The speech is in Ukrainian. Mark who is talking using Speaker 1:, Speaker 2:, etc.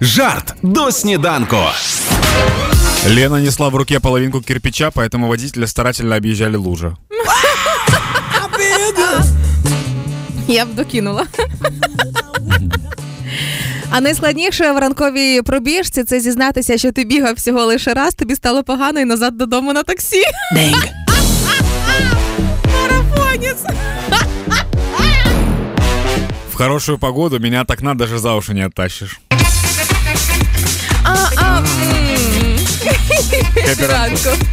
Speaker 1: Жарт до сніданку.
Speaker 2: Лена несла в руке половинку кирпича, поэтому водители старательно объезжали лужи.
Speaker 3: Я б докинула. А найскладніше в ранковій пробіжці це зізнатися, що ти бігав всього лише раз, тобі стало погано і назад додому на таксі. Марафонець.
Speaker 2: В хорошую погоду меня от окна даже за уши не оттащишь.
Speaker 3: А, а, м.
Speaker 2: Хэппі ранку.
Speaker 3: Ранку.